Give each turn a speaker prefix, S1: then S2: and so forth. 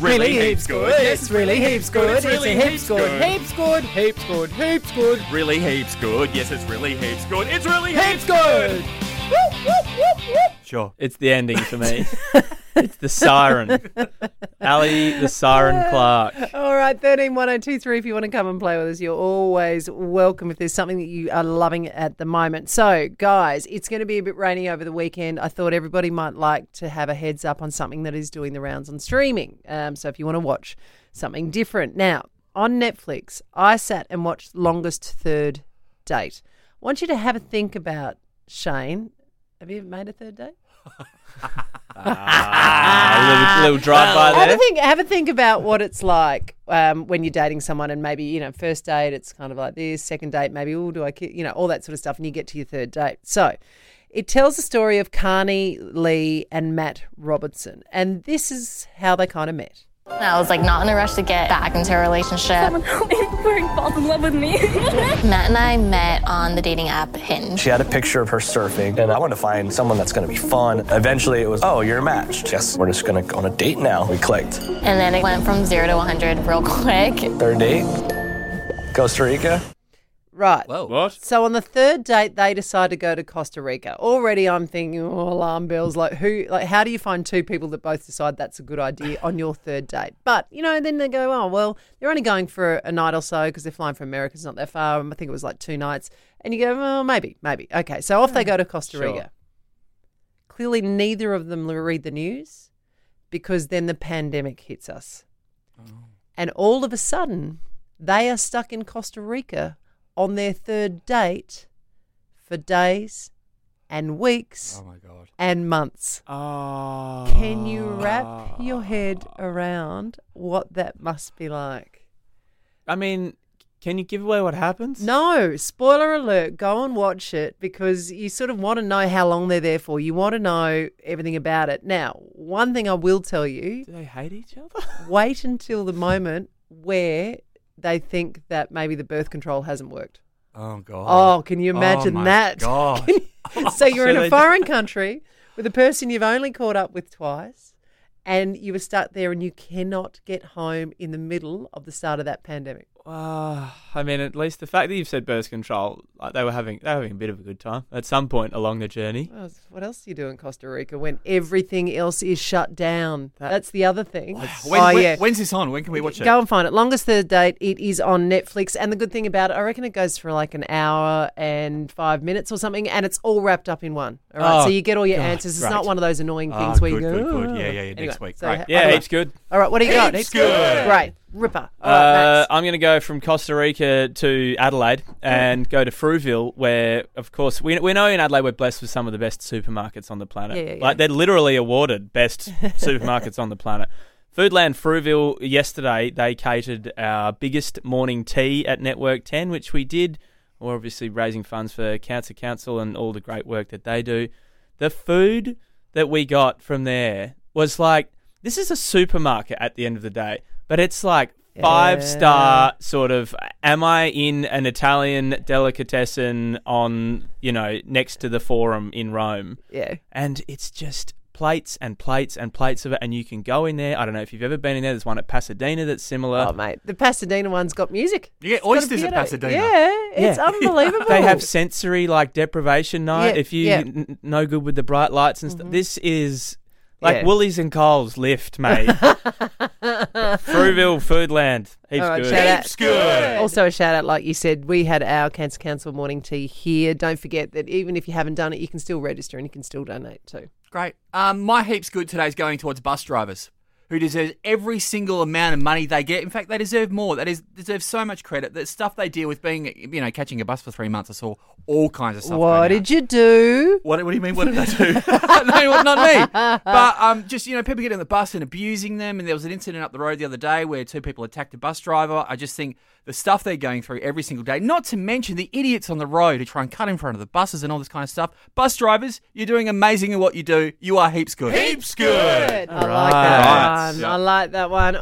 S1: really heaps good. Yes, really heaps good. It's
S2: really
S1: a heaps good. Heaps good. Heaps good. Heaps good.
S2: Really heaps good. Yes, it's really heaps good. It's really
S1: Heaps good. Whoop, whoop, whoop, whoop.
S3: Sure. It's the ending for me. it's the siren. Ali, the siren Clark.
S1: All right, 131023 if you want to come and play with us, you're always welcome if there's something that you are loving at the moment. So, guys, it's going to be a bit rainy over the weekend. I thought everybody might like to have a heads up on something that is doing the rounds on streaming. Um, so, if you want to watch something different. Now, on Netflix, I sat and watched Longest Third Date. I want you to have a think about, Shane, have you made a third date?
S3: Ah, a little, little drive by
S1: Have
S3: there.
S1: a think. Have a think about what it's like um, when you're dating someone, and maybe you know, first date it's kind of like this. Second date, maybe oh, do I, ki-? you know, all that sort of stuff, and you get to your third date. So, it tells the story of Carney Lee and Matt Robertson, and this is how they kind of met.
S4: I was like not in a rush to get back into a relationship.
S5: Burn falls in love with me.
S4: Matt and I met on the dating app Hinge.
S6: She had a picture of her surfing, and I want to find someone that's going to be fun. Eventually, it was, oh, you're a match. Yes, we're just going to go on a date now. We clicked.
S4: And then it went from zero to 100 real quick.
S6: Third date, Costa Rica.
S1: Right.
S3: What?
S1: So on the third date, they decide to go to Costa Rica. Already, I'm thinking, oh, alarm bells. Like who? Like how do you find two people that both decide that's a good idea on your third date? But you know, then they go, oh well, they're only going for a night or so because they're flying from America. It's not that far. Um, I think it was like two nights. And you go, well, maybe, maybe. Okay, so off they go to Costa
S3: Hmm. Sure.
S1: Rica. Clearly, neither of them read the news because then the pandemic hits us. And all of a sudden, they are stuck in Costa Rica on their third date for days and weeks
S2: Oh my god.
S1: and months.
S3: Oh.
S1: Can you wrap your head around what that must be like?
S3: I mean, can you give away what happens?
S1: No, spoiler alert, go and watch it because you sort of want to know how long they're there for. You want to know everything about it. Now, one thing I will tell you
S3: Do they hate each other?
S1: wait until the moment where they think that maybe the birth control hasn't worked.
S2: Oh god.
S1: Oh, can you imagine
S2: my
S1: that?
S2: God.
S1: Can you- so you're in
S3: So
S1: a
S3: they-
S1: foreign country with a person you've only caught up with twice, and you were stuck there, and you cannot get home in the middle of the start of that pandemic.
S3: Uh, I mean, at least the fact that you've said birth control, like they were having they were having a bit of a good time at some point along the journey.
S1: Well, What else do you do in Costa Rica when everything else is shut down?
S3: That-
S1: That's the other thing.
S2: When,
S1: oh
S2: when-
S1: yeah.
S2: When's this on? When can we watch it?
S1: Go and find it. Longest third date. It is on Netflix, and the good thing about it, I reckon it goes for like an hour and five minutes or something, and it's all wrapped up in one. All right,
S3: Oh,
S1: so you get all your
S3: God,
S1: answers. It's
S3: great.
S1: not one of those annoying
S2: Ah,
S1: things where you
S2: good,
S1: go,
S2: good, good. Yeah,
S1: "Oh."
S2: yeah, yeah, next week.
S1: so
S2: Great.
S1: ha-
S3: Yeah,
S1: have a
S3: heaps good.
S1: look. All right, what do you got?
S2: Heaps good.
S1: Great, ripper. All right,
S3: Uh,
S1: Max.
S3: I'm going to go from Costa Rica to Adelaide and go to Fruville, where, of course, we, we know in Adelaide we're blessed with some of the best supermarkets on the planet.
S1: Yeah, yeah, yeah.
S3: Like, they're literally awarded best supermarkets on the planet. Foodland Fruville, yesterday, they catered our biggest morning tea at Network 10, which we did. We're obviously raising funds for Cancer Council and all the great work that they do. The food that we got from there was like this is a supermarket at the end of the day, but it's like five star sort of. Am I in an Italian delicatessen on you know next to the Forum in Rome?
S1: yeah.
S3: and it's just plates and plates and plates of it, and you can go in there. I don't know if you've ever been in there. There's one at Pasadena that's similar.
S1: Oh mate, the Pasadena one's got music.
S2: You get
S1: It's got a
S2: oysters at
S1: piano.
S2: Pasadena.
S1: Yeah, it's unbelievable.
S3: They have sensory like deprivation night.
S1: Yeah,
S3: if you
S1: yeah. Mm-hmm.
S3: n- no good with the bright lights and stuff, this is like
S1: Yeah.
S3: Woolies and Coles lift, mate. Fruville Foodland, heaps
S1: All right,
S3: good.
S1: shout out.
S2: Heaps good.
S1: Also, a shout out, like you said, we had our Cancer Council morning tea here. Don't forget that even if you haven't done it, you can still register and you can still donate too.
S2: Great. Um, my heaps good today is going towards bus drivers who deserve every single amount of money they get. In fact, they deserve more. That is deserve so much credit. The stuff they deal with being, you know, catching a bus for three months. I saw all kinds of stuff.
S1: what did you do?
S2: What, what do you mean? What did I do? no, not me. But um, just you know, people getting on the bus and abusing them. And there was an incident up the road the other day where two people attacked a bus driver. I just think the stuff they're going through every single day. Not to mention the idiots on the road who try and cut in front of the buses and all this kind of stuff. Bus drivers, you're doing amazing in what you do. You are heaps good. Heaps good.
S1: I like
S3: All
S1: that
S3: right.
S1: one. I like that one.